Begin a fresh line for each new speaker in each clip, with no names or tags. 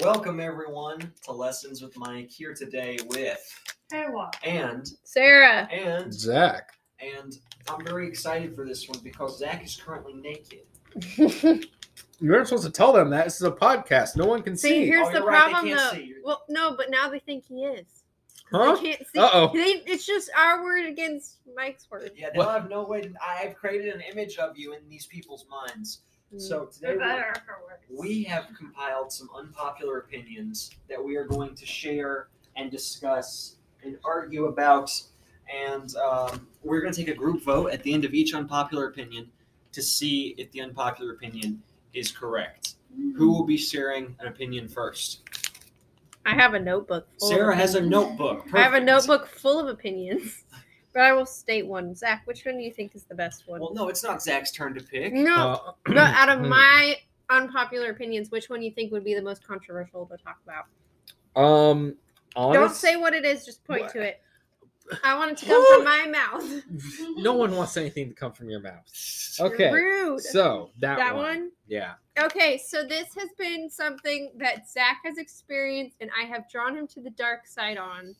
Welcome everyone to Lessons with Mike here today with
Hey, what?
and
Sarah.
and
Zach.
and I'm very excited for this one because Zach is currently naked.
You weren't supposed to tell them that. This is a podcast. No one can
See,
see.
here's
Oh,
the
you're right, they
problem,
can't
though.
see. You're-
Well, no, but now they think he is.
Huh?
They can't see.
Uh-oh.
They, it's just our word against Mike's word.
Yeah, now I have no way. I have created an image of you in these people's minds. So today
For
we're-
better or for worse.
we have compiled some unpopular opinions that we are going to share and discuss and argue about. And um, we're going to take a group vote at the end of each unpopular opinion to see if the unpopular opinion is correct.
Mm-hmm.
Who will be sharing an opinion first?
I have a notebook. Full
Sarah
of,
has a notebook.
mm-hmm. I have a
Perfect.
notebook full of opinions, but I will state one. Zach, which one do you think is the best one?
Well, no, it's not Zach's turn to pick.
no,
Uh,
but out of my unpopular opinions, which one you think would be the most controversial to talk about?
um, honest,
Don't say what it is. Just point
What?
to it. I want it to come from my mouth.
no one wants anything to come from your mouth. Okay,
Rude.
so that,
that
one.
one.
yeah.
Okay, so this has been something that Zach has experienced, and I have drawn him to the dark side on.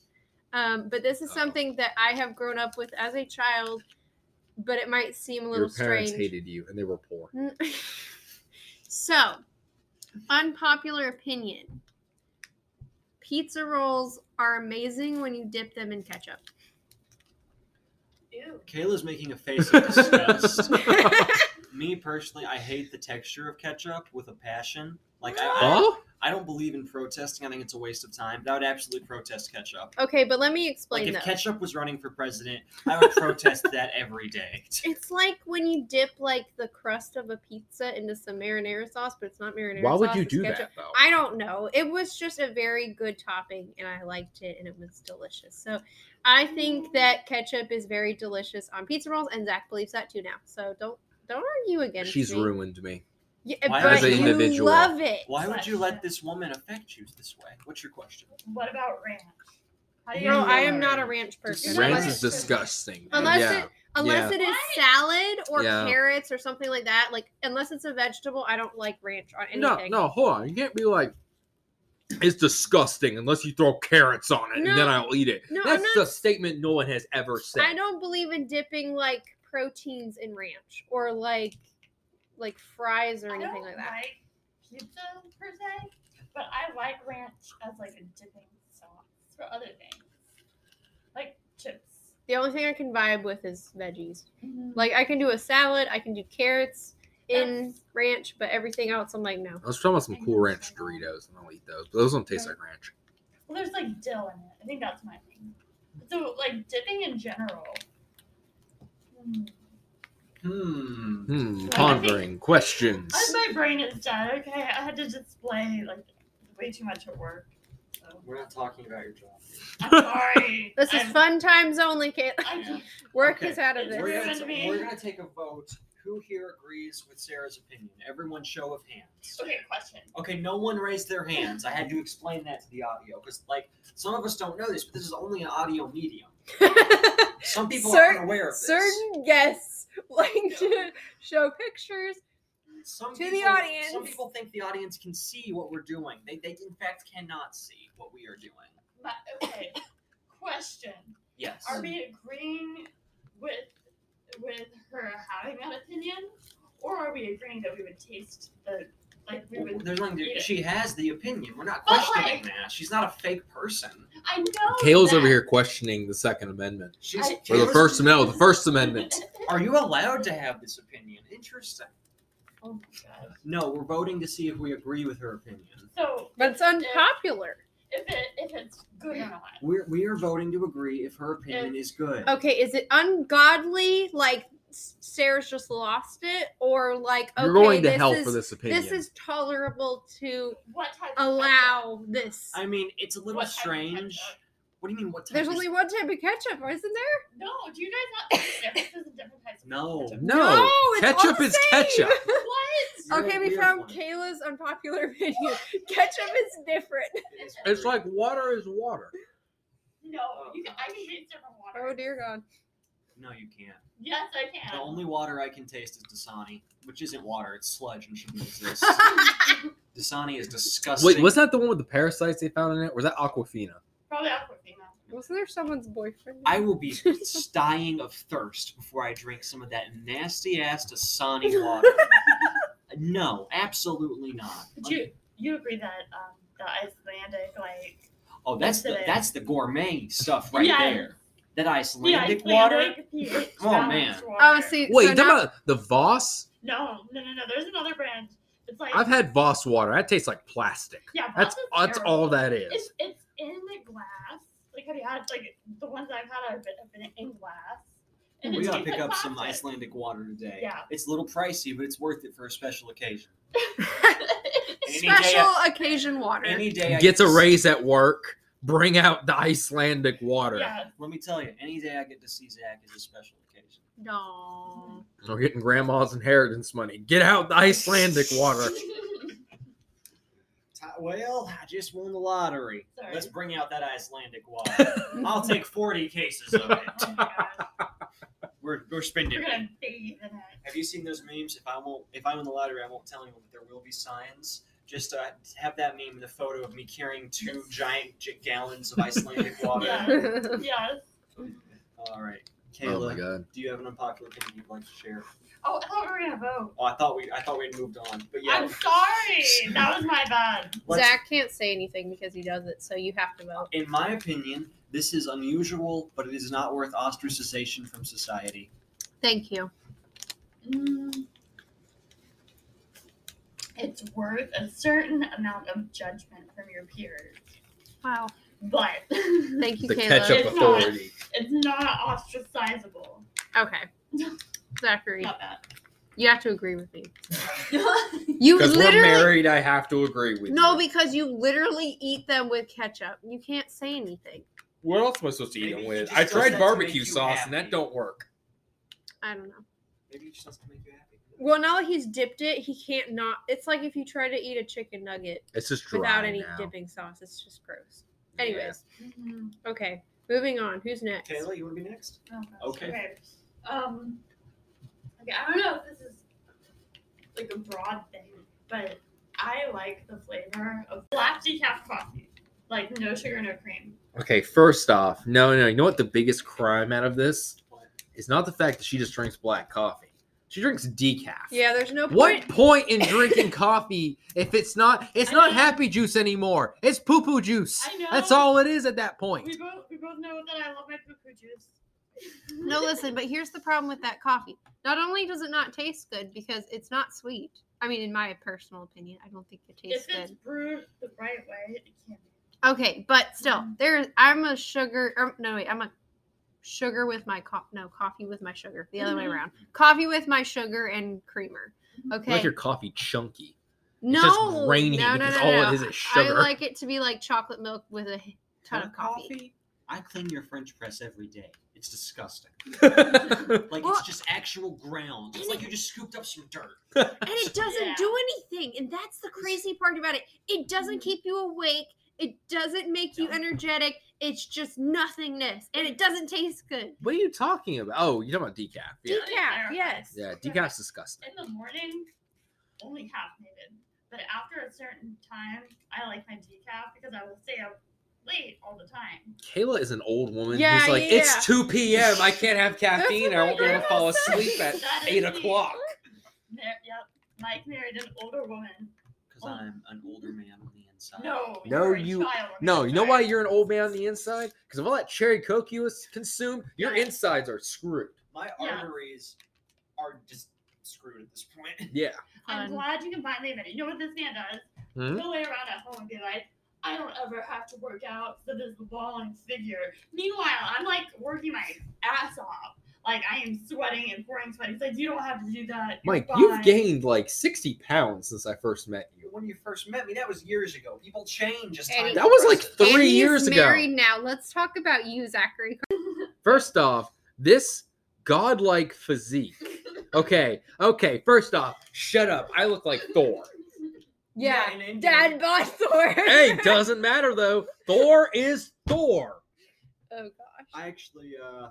Um, but this is
Uh-oh.
something that I have grown up with as a child, but it might seem a little
Your parents
strange.
hated you, and they were poor.
so, unpopular opinion pizza rolls are amazing when you dip them in ketchup.
Ew.
Kayla's making a face of disgust. Me personally, I hate the texture of ketchup with a passion. Like I, I,
Huh?
I don't believe in protesting. I think it's a waste of time. But I would absolutely protest ketchup.
Okay, but let me
Like
explain
if
though.
ketchup was running for president, I would protest that every day.
it's like when you dip like the crust of a pizza into some marinara sauce, but it's not marinara
Why
sauce.
would you
it's
do
ketchup.
that though?
I don't know. It was just a very good topping and I liked it and it was delicious. So I think that ketchup is very delicious on pizza rolls and Zach believes that too now. So don't don't argue against
She's
me.
ruined me.
Yeah,
Why
but
as an
you
individual?
love it.
Why would you let this woman affect you this way? What's your question?
What about ranch? How do you
No,
feel
I am
about
not a
ranch?
ranch person.
Ranch
Rance
Unless,
is disgusting.
Unless
yeah.
it- unless
yeah.
it is
What?
salad or
Yeah.
carrots or something like that. Like unless it's a vegetable, I don't like ranch on
no,
anything.
no, hold on. You can't be like, it's disgusting unless you throw carrots on it, and
No.
then I'll eat it.
No, I'm
That's
not-
a statement no one has ever said.
I don't believe in dipping like proteins in ranch or like like fries or
I
anything
don't
like that.
like pizza per se, but I like ranch as like a dipping sauce for other things, like chips.
The only thing I can vibe with is veggies. Like I can do a salad, I can do carrots in
That's-
ranch, but everything else I'm like no.
I was talking about some cool ranch Doritos, and I'll eat those. But those don't taste like ranch.
Well, there's like dill in it. I think that's my thing. So like dipping in general. Hmm.
Hmm.
Hmm.
Like,
Pondering questions.
I- My brain is dead. Okay, I had to display like way too much at work. So
We're not talking about your job. here.
I'm sorry.
This is
I'm-
fun times only, kid.
I just-
Work
Okay.
is out of
It's
We're
this.
gonna,
ruined me.
we're gonna take a vote. Who here agrees with Sarah's opinion? Everyone, show of hands.
okay, question.
Okay, no one raised their hands. I had to explain that to the audio because, like, some of us don't know this, but this is only an audio medium. Some people
Cer-
are unaware of this.
Certain guests like to show pictures.
Some
To the
people, Some
audience.
people think the audience can see what we're doing. They, they in fact cannot see what we are doing.
My, okay, question.
Yes.
Are we agreeing with with her having that opinion, or are we agreeing that we would taste the like we
Well,
would?
There's nothing to,
Yeah.
she has the opinion. We're not
But,
questioning
like-
that. She's not a fake person.
I know.
Kale's
that-
over here questioning the Second Amendment.
She's
I-
Or the
Kayla's-
first no, the First Amendment.
Are you allowed to have this opinion? Interesting.
oh my god.
No, we're voting to see if we agree with her opinion.
So
But it's unpopular.
if it if it's good or not.
We're we are voting to agree if her opinion is good.
Okay, is it ungodly? Like S- Sarah's just lost it, or like okay,
You're going to
this
hell
is,
for this opinion.
This is tolerable to
What type of
allow this.
I mean, it's a little
What type of
strange.
ketchup?
What do you mean? What type?
There's
is-
only one type of ketchup, isn't there?
ketchup? No, do you guys not think that this is a different type of
No.
ketchup?
no,
No, it's all
ketchup
the
is
same.
ketchup.
What?
You're
okay,
a
we
weird
found
one.
Kayla's unpopular opinion. ketchup is different.
It is weird.
It's like water is water.
No, you can, I can taste different water.
Oh dear God.
no, you can't.
Yes, I can.
The only water I can taste is Dasani, which isn't water; it's sludge and shouldn't exist. Dasani is disgusting.
Wait, was that the one with the parasites they found in it? Or was that Aquafina?
Probably Aquafina.
Wasn't there someone's boyfriend?
I will be dying of thirst before I drink some of that nasty ass Dasani water. no, absolutely not.
But you you agree that um, the Icelandic like
oh, that's the
Yesterday.
that's the gourmet stuff right
Yeah.
there. That
yeah,
Icelandic water.
Icelandic pH
Oh,
balanced water.
Oh, see,
Wait,
so
you talking
now,
about the Voss?
No, no, no, no. There's another brand. It's like
I've had Voss water. That tastes like plastic.
yeah,
That's
Voss is
that's
terrible.
all that is.
It's it's in the glass. Like have you had like the ones I've had I've been, have been in glass. And it
We gotta
tastes
pick
like
up some
plastic.
Icelandic water today.
Yeah.
It's a little pricey, but it's worth it for a special occasion. Any day
special
I-
occasion water.
Any day I
Gets
get
a
to-
raise at work. Bring out the Icelandic water.
Yeah,
Let me tell you, any day I get to see Zach is a special occasion.
no.
We're getting grandma's inheritance money. Get out the Icelandic water.
Ti- Well, I just won the lottery.
Sorry.
Let's bring out that Icelandic water. I'll take 40 cases of it.
Oh my gosh.
We're, we're spending
We're
it.
gonna bathe in it.
Have you seen those memes? If I won't, if I'm in the lottery, I won't tell anyone, but there will be signs. Just uh, have that meme in the photo of me carrying two giant j- gallons of Icelandic water.
Yeah. Yes.
All right,
Oh my
Kayla,
god.
do you have an unpopular opinion you'd like to share?
Oh, I thought we were gonna vote.
Oh, I thought we, I thought we had moved on, but yeah,
I'm sorry. That was my bad.
let's-
Zach can't say anything because he does it, so you have to vote.
In my opinion, this is unusual, but it is not worth ostracization from society.
Thank you.
Mm. It's worth a certain amount of judgment from your peers,
Wow.
but it's
Thank you,
The
Caleb.
ketchup
It's not-
authority.
not ostracizable.
Okay. Zachary,
Not bad.
you have to agree with me.
I
You
Because we're
literally
married, I have to agree with you.
no, because you literally eat them with ketchup. You can't say anything.
What else am I supposed to eat
Maybe
them
you
with?
just
I
does that
tried
to make
barbecue
you
sauce and
happy.
that don't work.
I don't know.
Maybe it just doesn't make you happy.
Well, now that he's dipped it, he can't not. It's like if you try to eat a chicken nugget
It's just dry
without any
now.
dipping sauce. It's just gross. Anyways,
Mm-hmm.
okay, moving on. Who's next?
Kayla, you want to be next?
Oh, gosh.
Okay.
Okay. Um. Okay. I don't know if this is like a broad thing, but I like the flavor of black decaf coffee, like no sugar, no cream.
Okay, first off, no, no, you know what the biggest crime out of this
What?
is not the fact that she just drinks black coffee. She drinks decaf.
Yeah, there's no point.
What point in drinking coffee if it's not it's
I
not
mean-
happy juice anymore. It's poo poo juice.
I know.
That's all it is at that
We
point.
both we both know that I love my poo juice.
No, listen, but here's the problem with that coffee. Not only does it not taste good because it's not sweet. I mean, in my personal opinion, I don't think it tastes
If it's
good.
brewed the right way, it can be.
Okay, but still,
Mhm.
there. I'm a sugar. Or, no, wait, I'm a sugar with my coffee. No, coffee with my sugar. The other way
Mhm.
around. Coffee with my sugar and creamer.
Mhm.
Okay.
You like your coffee chunky.
no,
just grainy
no, no,
because
no,
all
no.
it is is
I
sugar.
like it to be like chocolate milk with a h- ton of coffee.
I clean your French press every day. It's disgusting.
That's
Like
Well-
it's just actual ground. It's like you just scooped up some dirt.
and it doesn't
Yeah.
do anything and that's the crazy part about it it doesn't keep you awake it doesn't make you
No.
energetic it's just nothingness and it doesn't taste good
what are you talking about? Oh, you're talking about decaf. Yeah.
decaf yes
Yeah, decaf's disgusting.
In the morning, only half naked. But after a certain time, I like my decaf because I will stay up late all the time.
Kayla is an old woman
Yeah,
who's like,
yeah, yeah.
it's 2 p.m. I can't have caffeine.
what
I
my
won't be able to
grandma
fall
said.
asleep at
That is
8
me.
o'clock.
Mar- yep. Mike married an older woman.
Because I'm an older man on the inside.
No.
Oh. No,
you're a
you-
child.
No, you know why
Sorry.
you're an old man on the inside? Because of all that cherry coke you was- consume, your
Yeah.
insides are screwed.
My
Yeah.
arteries are just screwed at this point.
Yeah.
I'm
Um,
glad you can finally admit it. You know what this man does?
Hmm?
He'll lay around at home and be like, I don't ever have to work out for this long figure. Meanwhile, I'm like working my ass off. Like I am sweating and pouring sweat. He's like, you don't have to do that. You're
Mike,
fine."
you've gained like 60 pounds since I first met you.
When you first met me, that was years ago. People change as
And
time
he-
That was like
progresses.
And
three
he's
years ago.
married now let's talk about you zachary
First off, this godlike physique. Okay, okay, first off, shut up. I look like Thor.
Yeah, and- and-
dad bought thor
hey, doesn't matter though. Thor is Thor.
oh gosh
I actually uh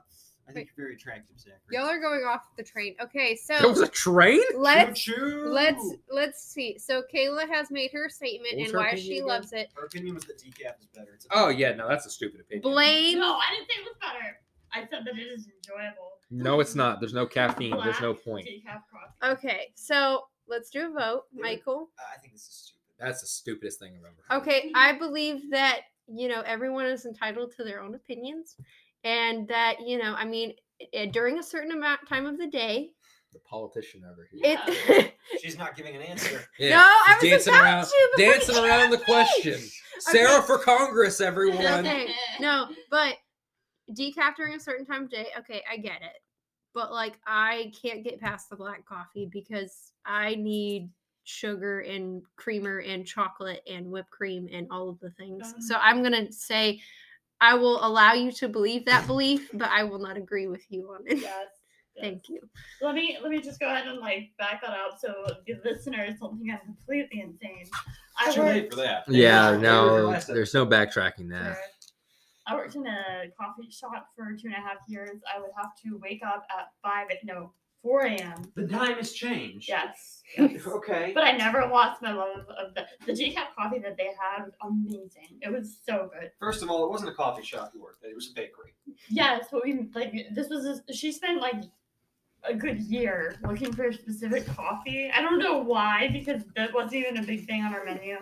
I think you're very attractive, Zachary.
Y'all are going off the train. Okay,
There
so
was a train?
let's
Choo-choo!
let's let's see. So Kayla has made her statement
What was
and
her
why
opinion
she
again?
loves it.
Her opinion was that decaf is better. It's a-
Oh yeah, no, that's a stupid opinion.
Blame
No, I didn't say it was better. I said that it is enjoyable.
No, it's not. There's no caffeine. There's no point.
Decaf coffee.
Okay, so let's do a vote,
Yeah.
Michael.
I think this is stupid.
That's the stupidest thing I've ever. heard.
Okay, I believe that, you know, everyone is entitled to their own opinions and that, you know, I mean, eh, during a certain amount time of the day,
The politician over here.
it
She's not giving an answer.
No, I was
dancing
about
around,
to before you
dancing around the
interrupted me.
question. Sarah for Congress, everyone.
Okay. No, but decaf during a certain time of day, okay, I get it. But like I can't get past the black coffee because I need sugar and creamer and chocolate and whipped cream and all of the things.
Um,
So I'm going to say I will allow you to believe that belief, but I will not agree with you on it.
Yes. yes.
Thank you.
Let me let me just go ahead and like back that up so the listeners don't think I'm completely insane. I
Too late
worked,
for that.
Yeah,
They were your
no,
last
there's no backtracking that.
Sure. I worked in a coffee shop for two and a half years. I would have to wake up at five no four a.m.
The time has changed.
Yes.
Okay.
But I never lost my love of the the decaf coffee that they had was amazing. It was so good.
First of all, it wasn't a coffee shop you worked at; it was a bakery.
Yes, but we like this was a, she spent like a good year looking for a specific coffee. I don't know why because that wasn't even a big thing on our menu,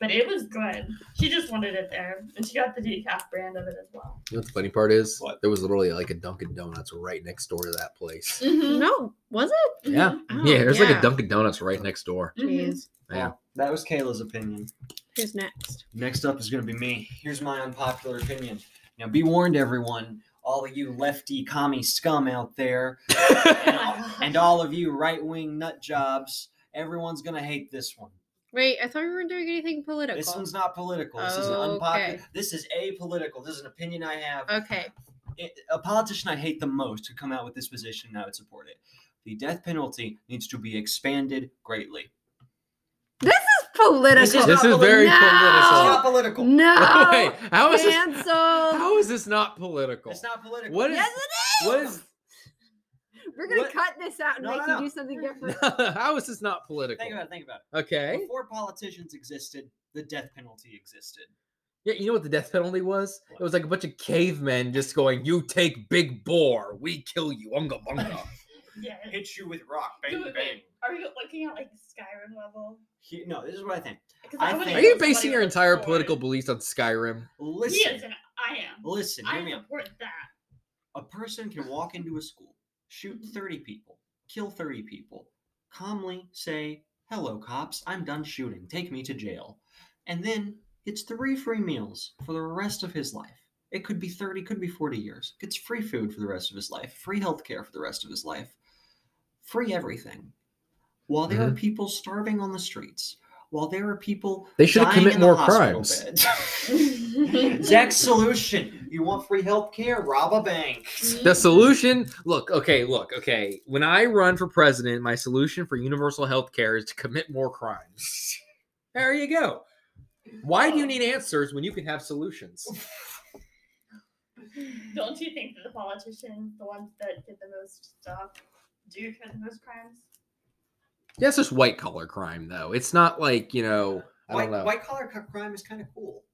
but it was good. She just wanted it there, and she got the decaf brand of it as well.
You know what the funny part is?
What?
There was literally like a Dunkin' Donuts right next door to that place.
Mm-hmm.
No, was it?
Yeah,
Oh,
yeah. There's like
yeah.
a Dunkin' Donuts right next door.
Mm-hmm.
Mhm.
Jeez.
Yeah.
Well, that was Kayla's opinion.
Who's next?
Next up is going to be me. Here's my unpopular opinion. Now, be warned, everyone, all of you lefty commie scum out there, and all of you right wing nut jobs, everyone's going to hate this one.
Wait, I thought we weren't doing anything political.
This one's not political. This is an unpopular.
Okay.
This is apolitical. This is an opinion I have.
Okay.
it- a politician I hate the most who come out with this position and I would support it. The death penalty needs to be expanded greatly.
This is political.
This is
This is
not
very
No!
It's
political.
not political.
No.
Wait, how is this?
Canceled.
How is this not political?
It's not political.
What is?
yes, it is.
What is?
We're gonna
what-
cut this out and
No,
make
no,
you
no.
do something different.
how is this not
Think
political?
about it. Think about it.
Okay.
Before politicians existed, the death penalty existed.
Yeah, you know what the death penalty was?
What?
It was like a bunch of cavemen just going, "You take big boar, we kill you, unga bunga."
Yes.
Hit you with rock,
Do
bang
it,
bang.
babe. Are you looking at like Skyrim level?
He- no, this is what I think.
'Cause
I
would've
think-
Are
killed
you
somebody
basing your
with a
entire
sword.
political beliefs on Skyrim?
He
Listen,
is, and I am.
listen, hear
I
me out.
support that.
A person can walk into a school, shoot
Mm-hmm.
30 people, kill 30 people, calmly say, Hello, cops, I'm done shooting. Take me to jail. And then gets three free meals for the rest of his life. It could be 30, could be 40 years. Gets free food for the rest of his life, free healthcare for the rest of his life, free everything. While there
Mm-hmm.
are people starving on the streets, while there are people
They should
dying
commit
in the
more
hospital
crimes.
beds. Zach's solution. You want free healthcare? Rob a bank.
The solution, look, okay, look, okay. When I run for president, my solution for universal health care is to commit more crimes. There you go. Why do you need answers when you can have solutions?
Don't you think that the politicians, the ones that did the most stuff, do commit the most crimes?
That's just white collar crime, though. It's not like you know. I
White,
don't know.
white collar co- crime is kind of cool.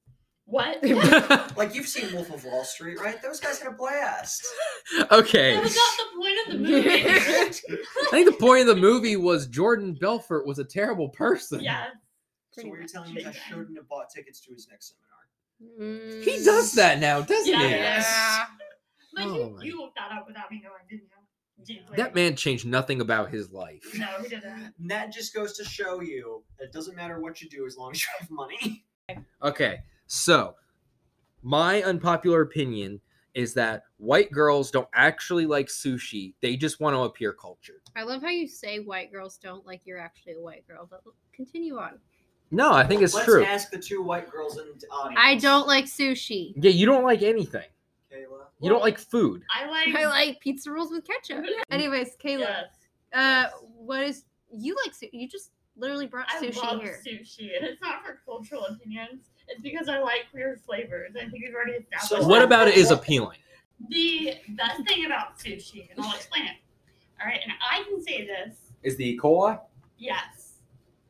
What?
Like you've seen Wolf of Wall Street, right? Those guys had a blast.
okay.
that was not the point of the movie.
I think the point of the movie was Jordan Belfort was a terrible person.
yeah.
so what you're telling me is I shouldn't have bought tickets to his next seminar.
Mm.
He does that now, doesn't
Yeah.
he?
Yes. But
Oh
you,
my-
you looked that up without me knowing, didn't you? Deeply.
That man changed nothing about his life.
No, he didn't.
And that just goes to show you that it doesn't matter what you do as long as you have money.
Okay, so my unpopular opinion is that white girls don't actually like sushi. They just want to appear cultured.
I love how you say white girls don't like you're actually a white girl, but continue on.
No, I think it's
Let's
true.
ask the two white girls in the audience.
I don't like sushi.
yeah, you don't like anything.
Kayla.
You don't like food.
I like.
I like pizza rolls with ketchup. Anyways, Kayla,
Yes.
uh, what is you like? Su- you just literally brought
I
sushi
love
here.
sushi, and it's not for cultural opinions. It's because I like weird flavors. I think we've already established.
So
that.
What about it is appealing?
the best thing about sushi, and I'll explain it. All right, and I can say this,
Is the E. coli?
yes,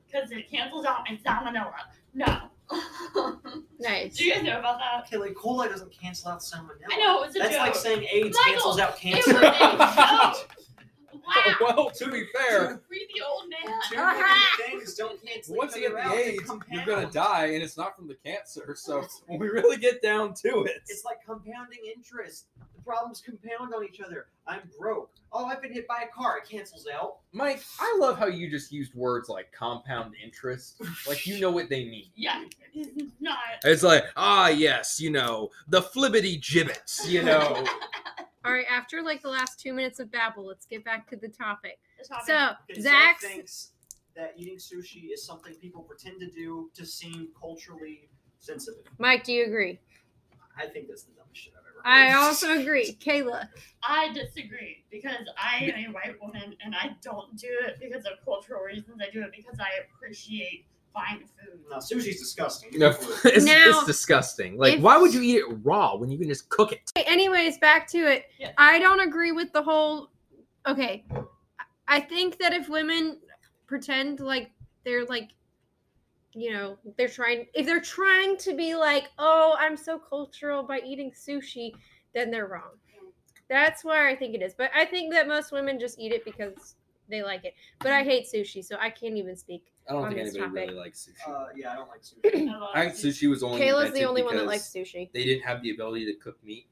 because it cancels out my salmonella. No.
Nice.
Do you guys know about that?
Okay, like coli doesn't cancel out salmonella.
I know it was a
That's
joke.
like saying AIDS
Michael,
cancels out
it was
cancer.
a joke. Wow.
Well, to be fair,
Read the old man.
Two different things don't cancel
once
each
you get
other
the
out, they
AIDS, you're
compound.
gonna die, and it's not from the cancer. So when we really get down to it,
It's like compounding interest. The problems compound on each other. I'm broke. Oh, I've been hit by a car. It cancels out.
Mike, I love how you just used words like compound interest, like you know what they mean.
Yeah, it's not.
It's like, ah, yes, you know, the flibbity gibbets, you know.
All right, after like the last two minutes of babble, let's get back to the topic.
the topic.
So,
Okay, so
Zach's.
thinks that eating sushi is something people pretend to do to seem culturally sensitive.
Mike, do you agree?
I think that's the dumbest shit I've ever heard.
I also agree. Kayla,
I disagree because I am a white woman and I don't do it because of cultural reasons. I do it because I appreciate fine food.
No, sushi's disgusting.
it's,
Now,
it's disgusting. Like,
if-
why would you eat it raw when you can just cook it?
Okay, anyways, back to it.
Yeah.
I don't agree with the whole. Okay, I- I think that if women pretend like they're like, you know, they're trying. If they're trying to be like, oh, I'm so cultural by eating sushi, then they're wrong. That's where I think it is. But I think that most women just eat it because they like it. But I hate sushi, so I can't even speak.
I don't
On
think
this
anybody
topic.
really likes sushi.
Uh, yeah, I don't like sushi.
I love
I think
sushi.
sushi was only
Kayla's the
invented
only one that
because
likes sushi.
They didn't have the ability to cook meat,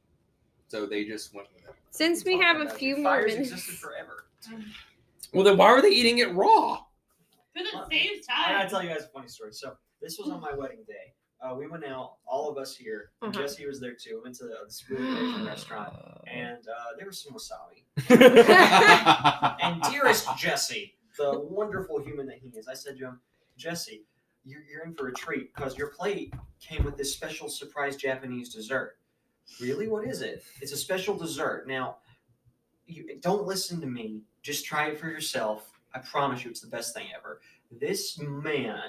so they just went with it.
Since we
Talking
have a
about it.
few more
Fires
minutes,
existed forever.
Well, then why were they eating it raw?
Because it saves
I
time.
gotta tell you guys a funny story. So this was on my wedding day. Uh, we went out, all of us here. and
Uh-huh.
Jesse was there too. We went to the, this really Asian restaurant, and uh, there was some wasabi. And dearest Jesse, the wonderful human that he is, I said to him, Jesse, you're, you're in for a treat because your plate came with this special surprise Japanese dessert. Really? What is it? It's a special dessert. Now, you, don't listen to me. Just try it for yourself. I promise you, it's the best thing ever. This man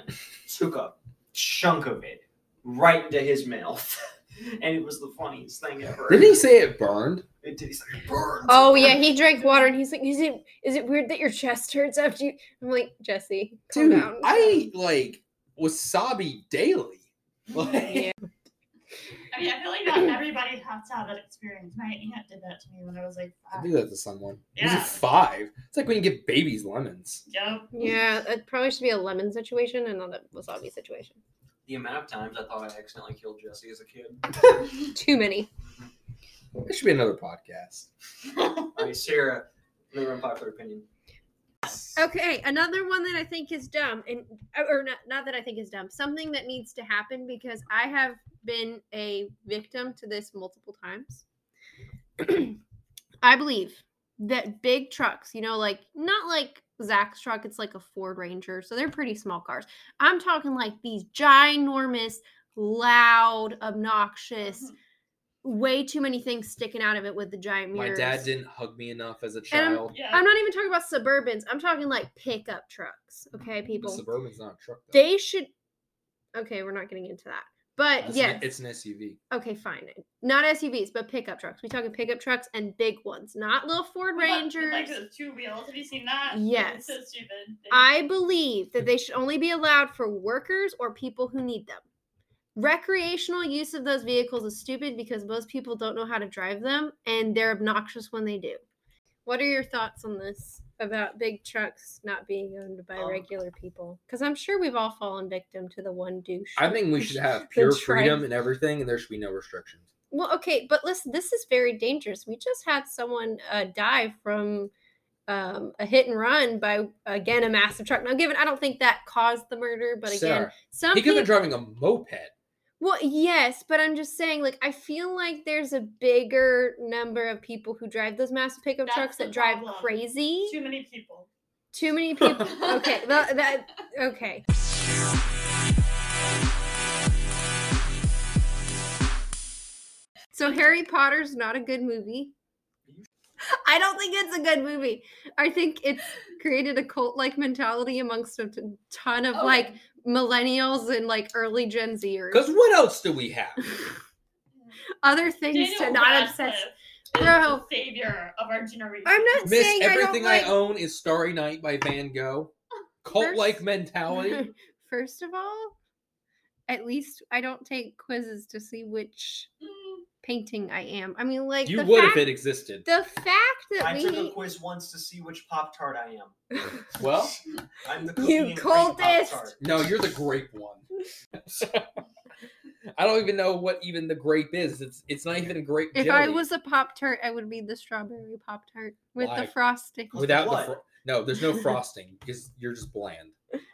took a chunk of it right into his mouth, and it was the funniest thing ever.
Didn't he say it burned?
It, did- he's like, "It burns.
Oh yeah, he drank water and he's like, "Is it is it weird that your chest hurts after you?" I'm like, Jesse, calm
Dude,
down.
I eat like wasabi daily. Like,
Yeah.
I mean, I feel like not everybody has to have that experience. My aunt did that to me when I was like
Ah.
I
five.
do that to someone.
Yeah.
This is five. It's like when you give babies lemons.
Yep.
yeah, it probably should be a lemon situation and not a wasabi situation.
The amount of times I thought I accidentally killed Jesse as a kid.
Too many.
This should be another podcast.
All right, Sarah, another unpopular opinion.
Okay, another one that I think is dumb, and or not, not that I think is dumb, something that needs to happen because I have been a victim to this multiple times. I believe that big trucks, you know, like not like Zach's truck, it's like a Ford Ranger, so they're pretty small cars. I'm talking like these ginormous, loud, obnoxious, way too many things sticking out of it with the giant
Mm-hmm. My
mirrors.
dad didn't hug me enough as a
I'm-
child.
Yeah.
I'm not even talking about suburbans. I'm talking like pickup trucks. Okay,
The
people.
suburban's not a truck. Though.
they should. Okay, we're not getting into that. But
It's an-
yes.
it's an SUV.
okay, fine. Not SUVs, but pickup trucks. We talking pickup trucks and big ones, not little Ford
With, like-
Rangers.
with, Like those two wheels. Have you seen that?
Yes.
It's so stupid.
I believe that they should only be allowed for workers or people who need them. Recreational use of those vehicles is stupid because most people don't know how to drive them and they're obnoxious when they do. What are your thoughts on this about big trucks not being owned by
Oh.
Um,
regular people? Because I'm sure we've all fallen victim to the one douche.
I think we should have
The
pure
tri-
freedom and everything, and there should be no restrictions.
Well, okay, but listen, this is very dangerous. We just had someone uh, die from um, a hit and run by again a massive truck. Now, given I don't think that caused the murder, but again,
Sarah,
some
he could have
people.
been driving a moped.
Well, yes, but I'm just saying, like, I feel like there's a bigger number of people who drive those massive pickup
That's
trucks
the
that drive
problem.
crazy. Too,
Too many people.
many people. okay, tha- that okay. So Harry Potter's not a good movie. I don't think it's a good movie. I think it's created a cult-like mentality amongst a t- ton of
Oh,
like millennials and like early Gen Zers.
Because what else do we have?
other things
Daniel
to not
Radcliffe.
obsess. Bro.
the savior of our generation.
I'm not
Miss
saying
Everything
I
I,
don't like.
Own is Starry Night by Van Gogh. Cult like
First-
mentality.
First of all, at least I don't take quizzes to see which
Mm,
painting I am. I mean, like
You
the
would if
fact,
it existed.
The fact that
I
we
took a quiz once to see which Pop Tart I am.
Well,
I'm the
You
cookie and cream
cultist!
Pop-Tart.
no, you're the grape one. I don't even know what even the grape is. It's it's not even a grape.
if
jelly
I was a pop tart, I would be the strawberry pop tart with
Why?
the frosting.
With
without the
what?
fro- no, there's no frosting because you're just bland.
Oh, Zach,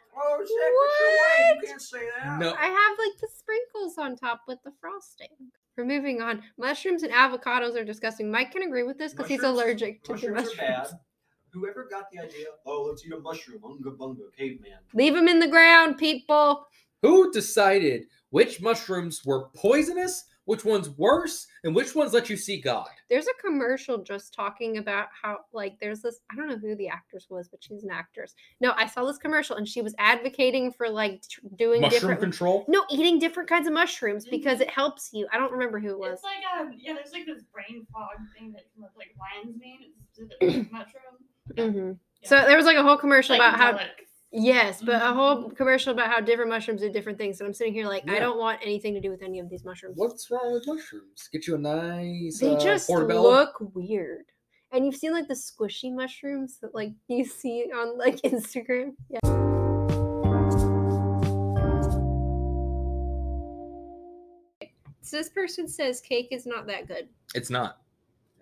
it's your wife.
What?
You can't say that.
No,
I have like the sprinkles on top with the frosting. We're moving on. Mushrooms and avocados are disgusting. Mike can agree with this because he's
Mushrooms-
allergic to the
mushrooms
mushrooms.
are bad. Whoever got the idea? Oh, let's eat a mushroom. Unga bunga, caveman.
Leave them in the ground, people.
Who decided which mushrooms were poisonous, which ones worse, and which ones let you see God?
There's a commercial just talking about how, like, there's this. I don't know who the actress was, but she's an actress. No, I saw this commercial and she was advocating for like tr- doing
Mushroom
different.
control?
no, eating different kinds of mushrooms because it helps you. I don't remember who Mm-hmm. it was.
It's like um yeah, there's like this brain fog thing that comes up like lion's mane. It's specific mushroom.
Mhm. So there was like Mm-hmm. a whole commercial about how
Psychedelics.
Yes, but a whole
Mhm.
commercial about how different mushrooms do different things. And I'm sitting here like,
Yeah.
I don't want anything to do with any of these mushrooms.
What's wrong with mushrooms? Get you a nice
They
uh,
just
portobello.
look weird. And you've seen like the squishy mushrooms that like you see on like Instagram. Yeah. So this person says cake is not that good.
It's not.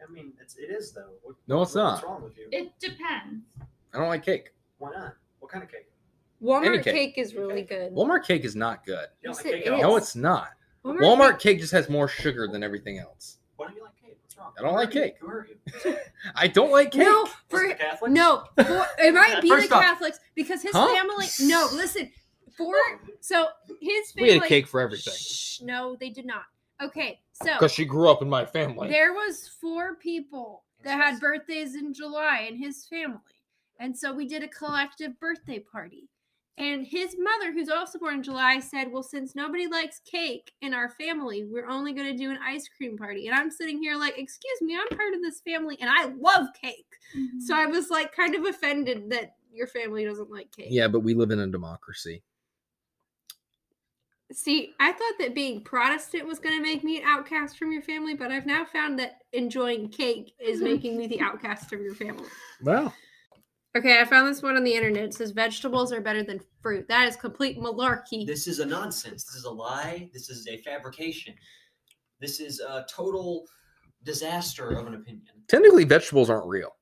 I mean, it's, it is though. What,
No, it's
what's
not.
wrong with you?
It depends.
I don't like cake.
Why not? What kind of cake?
Walmart
Any
cake.
cake.
is really
Okay.
good.
Walmart cake is not good.
You don't
Yes,
like
it
cake at
is.
all?
No, it's not.
Walmart,
Walmart
cake-
cake just has more sugar than everything else.
Why don't you like cake? What's wrong?
I don't
Who are
like
you?
cake.
Who are you?
I don't like cake.
No,
Was it
for
the Catholics?
No, for, it might be
First
the
off-
Catholics because his
Huh?
family. No, listen. For so his
we
family.
had cake for everything
Shh, no, they did not. Okay, so
because she grew up in my family.
there was four people that had birthdays in July in his family, and so we did a collective birthday party. And his mother, who's also born in July, said, "Well, since nobody likes cake in our family, we're only going to do an ice cream party." And I'm sitting here like, "Excuse me, I'm part of this family, and I love cake." Mm-hmm. So I was like kind of offended that your family doesn't like cake.
Yeah, but we live in a democracy.
See, I thought that being Protestant was going to make me an outcast from your family, but I've now found that enjoying cake is making me the outcast of your family.
Well,
Okay, I found this one on the internet. It says vegetables are better than fruit. That is complete malarkey.
This is a nonsense. This is a lie. This is a fabrication. This is a total disaster of an opinion.
technically, vegetables aren't real.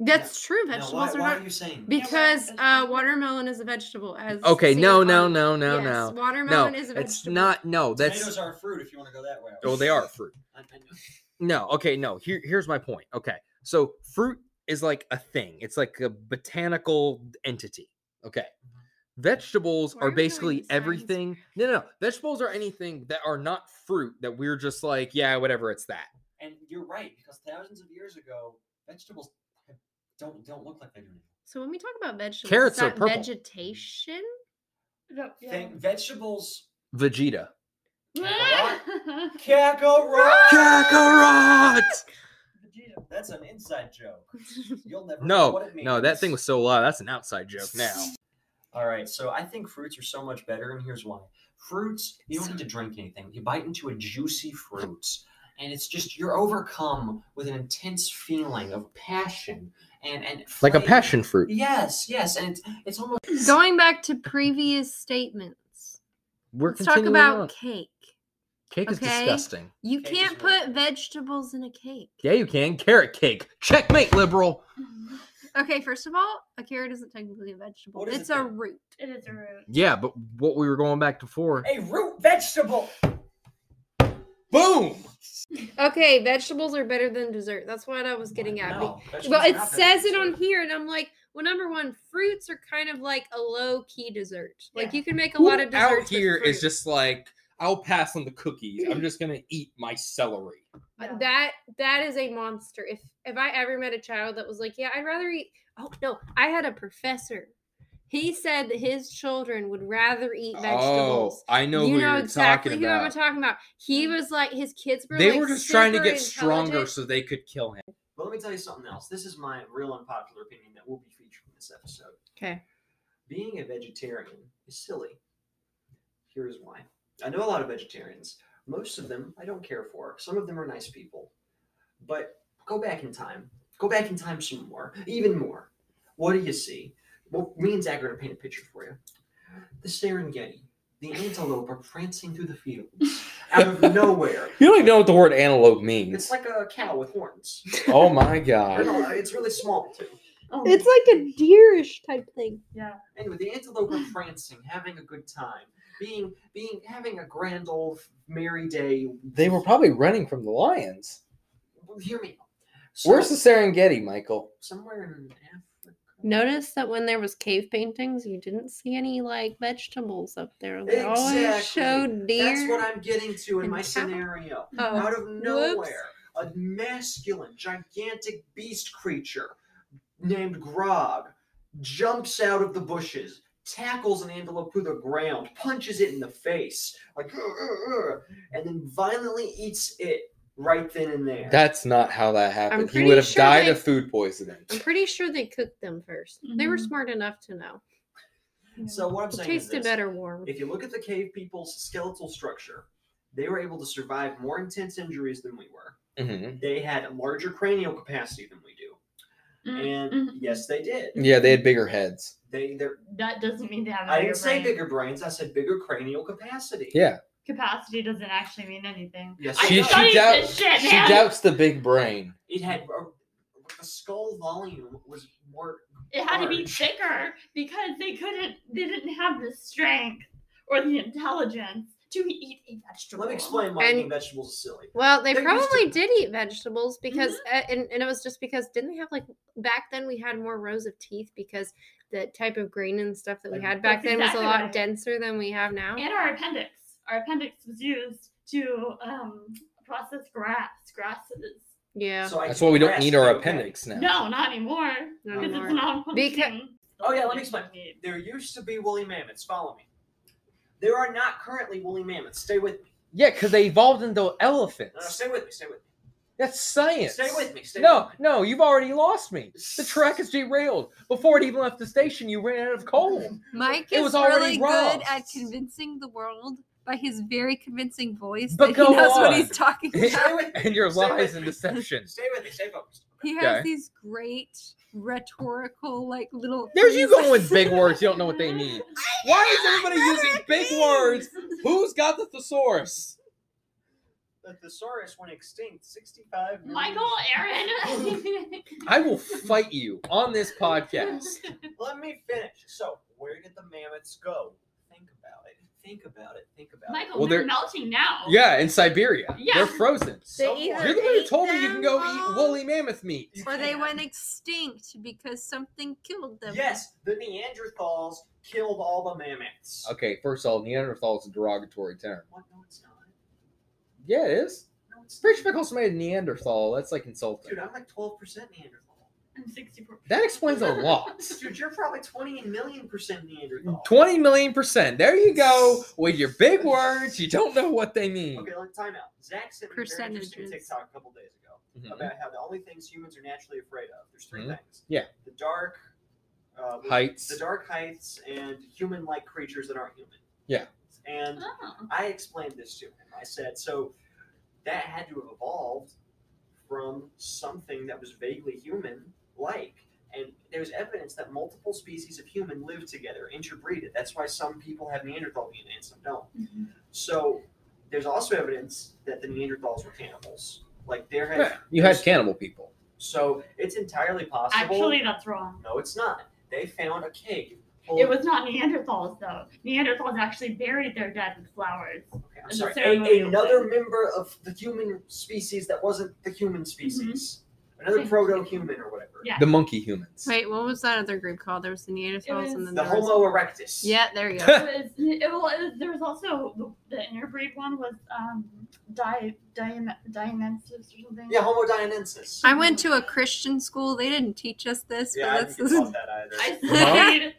That's true.
Now,
Vegetables
why,
are
why
not.
are you saying? that?
because
Yeah,
uh,
why-
watermelon is a vegetable. As
Okay,
seen
no, no,
on-
no, no,
Yes,
no, no.
Watermelon is a vegetable.
It's not. No, that's.
Tomatoes are a fruit. If you want to go that way.
Oh, they are fruit.
I- I know.
No, okay, no. Here, here's my point. Okay, so fruit is like a thing. It's like a botanical entity. Okay, vegetables
Why are we
are
going
basically
to science?
everything. No, no, no, vegetables are anything that are not fruit that we're just like, yeah, whatever. It's that.
And you're right because thousands of years ago, vegetables have- don't don't look like they do now.
So when we talk about vegetables,
Carrots
is
are
that
purple.
vegetation.
No, yeah.
Think vegetables.
Vegeta.
Kakarot.
Kakarot.
Vegeta.
That's an inside joke. You'll never know
No,
what it means.
no, that thing was so loud. That's an outside joke now.
All right, so I think fruits are so much better, and here's why. Fruits, you don't need to drink anything. You bite into a juicy fruit, and it's just you're overcome with an intense feeling of passion and and
Like a
flavor.
passion fruit.
Yes, yes, and it's it's almost
Going back to previous statements,
We're
let's talk
continuing
about
on.
cake.
Cake is
okay.
disgusting.
You
Cake is
can't
really
put vegetables in a cake.
Yeah, you can. Carrot cake. Checkmate, liberal.
Okay, first of all, a carrot isn't technically a vegetable.
What is it
It's a
then?
root.
It is a root.
Yeah, but what we were going back to for.
a root vegetable.
Boom!
Okay, vegetables are better than dessert. That's what I was getting at.
No, vegetables
Well,
are
it
not better
says
than
it on
dessert.
here, and I'm like, well, number one, fruits are kind of like a low key dessert. Like
Yeah.
you can make a
Who
lot of desserts.
out
with
here is
fruit.
just like, I'll pass on the cookies. I'm just gonna eat my celery.
Uh,
Yeah.
that that is a monster. If if I ever met a child that was like, yeah, I'd rather eat. Oh no, I had a professor He said that his children would rather eat vegetables.
Oh, I know
you
who
know
you're
exactly
talking
who
about.
I'm talking about. He
Mm.
was like his kids were.
they
like,
were just trying to
super
get stronger
intelligent.
so they could kill him.
But let me tell you something else. This is my real unpopular opinion that will be featured in this episode.
Okay.
Being a vegetarian is silly. Here's why. I know a lot of vegetarians. Most of them I don't care for. Some of them are nice people. But go back in time. Go back in time some more, even more. What do you see? Well, me and Zach are going to paint a picture for you. The Serengeti, the antelope are prancing through the fields out of nowhere.
You don't even know what the word antelope
It's
means.
like a cow with horns.
oh my
I
god.
don't know, It's really small, too.
Oh,
like a deerish type thing.
yeah.
Anyway, the antelope are prancing, having a good time, being being having a grand old merry day.
They were probably running from the lions.
Hear me. out. So,
Where's the Serengeti, Michael?
somewhere in Africa?
Notice that when there was cave paintings, you didn't see any like vegetables up there. They
Exactly.
always showed deer.
That's what I'm getting to in
and
my
cow.
scenario.
Oh,
Out of nowhere, a masculine, gigantic beast creature named Grog jumps out of the bushes, tackles an antelope to the ground, punches it in the face, like, "Ugh, ugh, ugh," and then violently eats it right then and there.
That's not how that happened. He
pretty
would have
sure
died
they-
of food poisoning.
I'm pretty sure they cooked them 1st They were
Mhm.
smart enough to know.
So what I'm
It
saying is
tasted
this.
better warm.
If you look at the cave people's skeletal structure, they were able to survive more intense injuries than we were.
Mhm.
They had larger cranial capacity than we do,
Mm-hmm.
Mm,
and
mhm.
yes, they did.
Yeah, they had bigger heads.
They they
that doesn't mean they have.
I
bigger
didn't say
brain.
bigger brains. I said bigger cranial capacity.
Yeah.
Capacity doesn't actually mean anything.
Yes,
I
it,
She,
does.
she,
studied
doubt,
this shit,
she
man.
doubts the big brain.
it had a- the skull volume was more.
It had to be
Large.
thicker because they couldn't. They didn't have the strength or the intelligence to eat a vegetable.
Let me explain why
And-
eating vegetables is silly.
Well, they
They're used to
probably did eat vegetables because, uh, and, and it was just because didn't they have like back then we had more rows of teeth because the type of grain and stuff that we
Like,
had back
That's
then was a
exactly
lot
right.
denser than we have now.
And our appendix. Our appendix was used to um, process grass. Grasses.
Yeah.
So I
That's
can
why we don't
grasp
need
it,
our
okay?
appendix now.
No, not anymore.
Not
Because
anymore.
it's non
Beca-
Oh, yeah, let me explain. There used to be woolly mammoths. Follow me. There are not currently woolly mammoths. Stay with me.
Yeah, because they evolved into
No,
elephants.
stay with me. Stay with me.
That's science.
Stay with me. Stay
No,
with me.
no, you've already lost me. The track is derailed. Before it even left the station, you ran out of coal.
Mike
It is was already really good raw. at
convincing the world by his very convincing voice
But that he go knows what on. he's
talking
Stay with me.
and your
Stay
lies
with
and
me.
deceptions.
Stay with me. Stay focused.
He
has Okay.
these great rhetorical, like little.
There's you going with big words. You don't know what they mean. Why is everybody using big words? Who's got the thesaurus?
The thesaurus went extinct 65 million-
Michael, Aaron.
I will fight you on this podcast.
Let me finish. So, where did the mammoths go? Think about it. Think about it. Think about it.
Michael,
Well,
they're
they're-
melting now.
Yeah, in Siberia.
Yeah.
They're frozen.
Someone-
either-
You're the one who
Ate
told me you can go
them
eat
all.
woolly mammoth meat.
You
Or they
can't.
went extinct because something killed them.
Yes, the Neanderthals killed all the mammoths.
Okay, first of all, Neanderthal is a derogatory term.
What? No, it's not.
Yeah, it is.
No, it's
Rich Pickles made a Neanderthal. That's like insulting.
Dude, I'm like 12% Neanderthal.
I'm 64.
That explains a lot.
Dude, you're probably 20 million percent Neanderthal.
20 million percent. There you go. With your big words, you don't know what they mean.
Okay, let time out. Zach sent me a very interesting
Percentages.
TikTok a couple days ago.
Mhm.
about how the only things humans are naturally afraid of. There's 3
Mhm.
things.
Yeah.
The dark uh, The
Heights.
dark heights and human-like creatures that aren't human.
Yeah.
And
Oh.
I explained this to him. I said, so that had to have evolved from something that was vaguely human-like. And there's evidence that multiple species of human live together, interbreed. it. That's why some people have Neanderthal DNA and some don't. So there's also evidence that the Neanderthals were cannibals. Like there have
Yeah, You had cannibal people.
so it's entirely possible.
Actually, that's wrong.
no, it's not. They found a cave. full-
It was not Neanderthals, though. Neanderthals actually buried their dead in flowers.
Okay, I'm
the
sorry. A,
ceremonial
another
thing.
member of the human species that wasn't the human
Mm-hmm.
species. Another
Okay.
proto-human or whatever.
Yeah.
The monkey humans.
Wait, what was that other group called? There was the Neanderthals
was-
and then
The
there was-
Homo erectus.
Yeah, there you go.
It was, it, well, it was, there was also the, the interbreed one was um, Di, Diam- Diamensis or something.
Yeah, Homo dianensis.
I went to a Christian school. They didn't teach us this,
yeah, I
but that's
didn't get taught that either.
I
Huh?
studied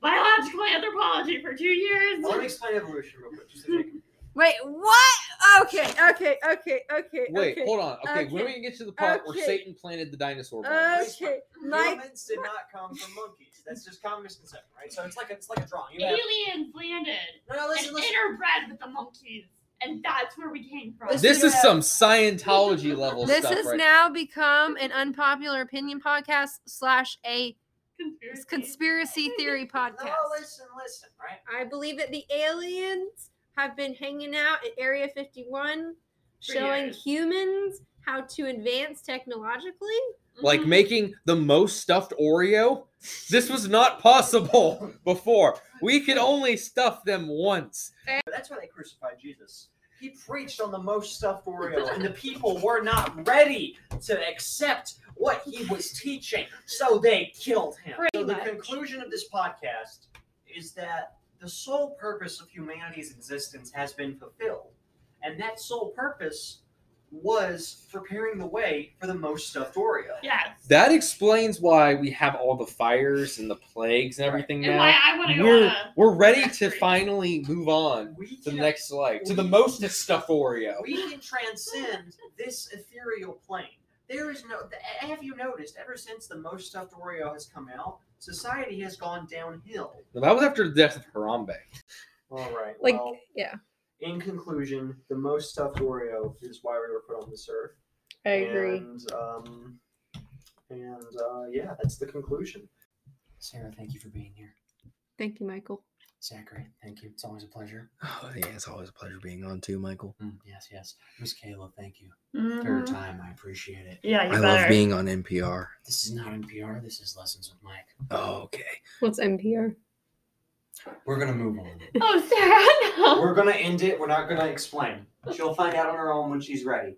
biological anthropology for two years.
Well, let me explain evolution real quick. Just to make-
Wait, what? Okay, okay, okay, okay.
Wait,
okay.
hold on. Okay,
Okay.
when are we gonna get to the part where
Okay.
Satan planted the dinosaur? bones?
Okay, Mike.
Humans did not come from monkeys. That's just common misconception, right? So it's like a, it's like a drawing. You have,
Aliens landed
no, no, listen,
and
listen.
interbred with the monkeys, and that's where we came from.
Listen
This
to
is
that.
some Scientology level
This
stuff,
has
right?
now become an unpopular opinion podcast slash a
conspiracy.
conspiracy theory podcast.
No, listen, listen, right?
I believe that the aliens have been hanging out at Area 51,
For
showing
years.
humans how to advance technologically.
Mm-hmm.
like making the most stuffed Oreo. This was not possible before. We could only stuff them once.
But That's why they crucified Jesus. He preached on the most stuffed Oreo, and the people were not ready to accept what he was teaching, so they killed him.
Pretty
so the
much.
conclusion of this podcast is that the sole purpose of humanity's existence has been fulfilled, and that sole purpose was preparing the way for the most stuffed Oreo.
Yes.
That explains why we have all the fires and the plagues and everything
and
now.
why I want to go on
uh, We're
a
we're ready to
trajectory.
finally move on
We
to the
can-
next slide to the most stuffed Oreo.
we can transcend this ethereal plane. There is no. th- Have you noticed? Ever since the most stuffed Oreo has come out, society has gone downhill.
Well, that was after the death of Harambe.
All right.
Like,
well,
yeah,
in conclusion, the most stuffed Oreo is why we were put on this earth.
I agree.
And um, and uh, yeah, that's the conclusion. Sarah, thank you for being here.
Thank you, Michael.
Zachary, thank you. It's always a pleasure.
Oh, yeah, it's always a pleasure being on too, Michael.
Yes, yes. Miss Kayla, thank you
Mm-hmm.
Mhm.
time. I appreciate it.
Yeah, you
Mm-hmm. I
better.
love being on NPR.
This is not NPR. This is Lessons with Mike.
Oh, okay.
What's NPR?
We're gonna move on.
Oh, Sarah, no.
We're gonna end it. We're not gonna explain. She'll find out on her own when she's ready.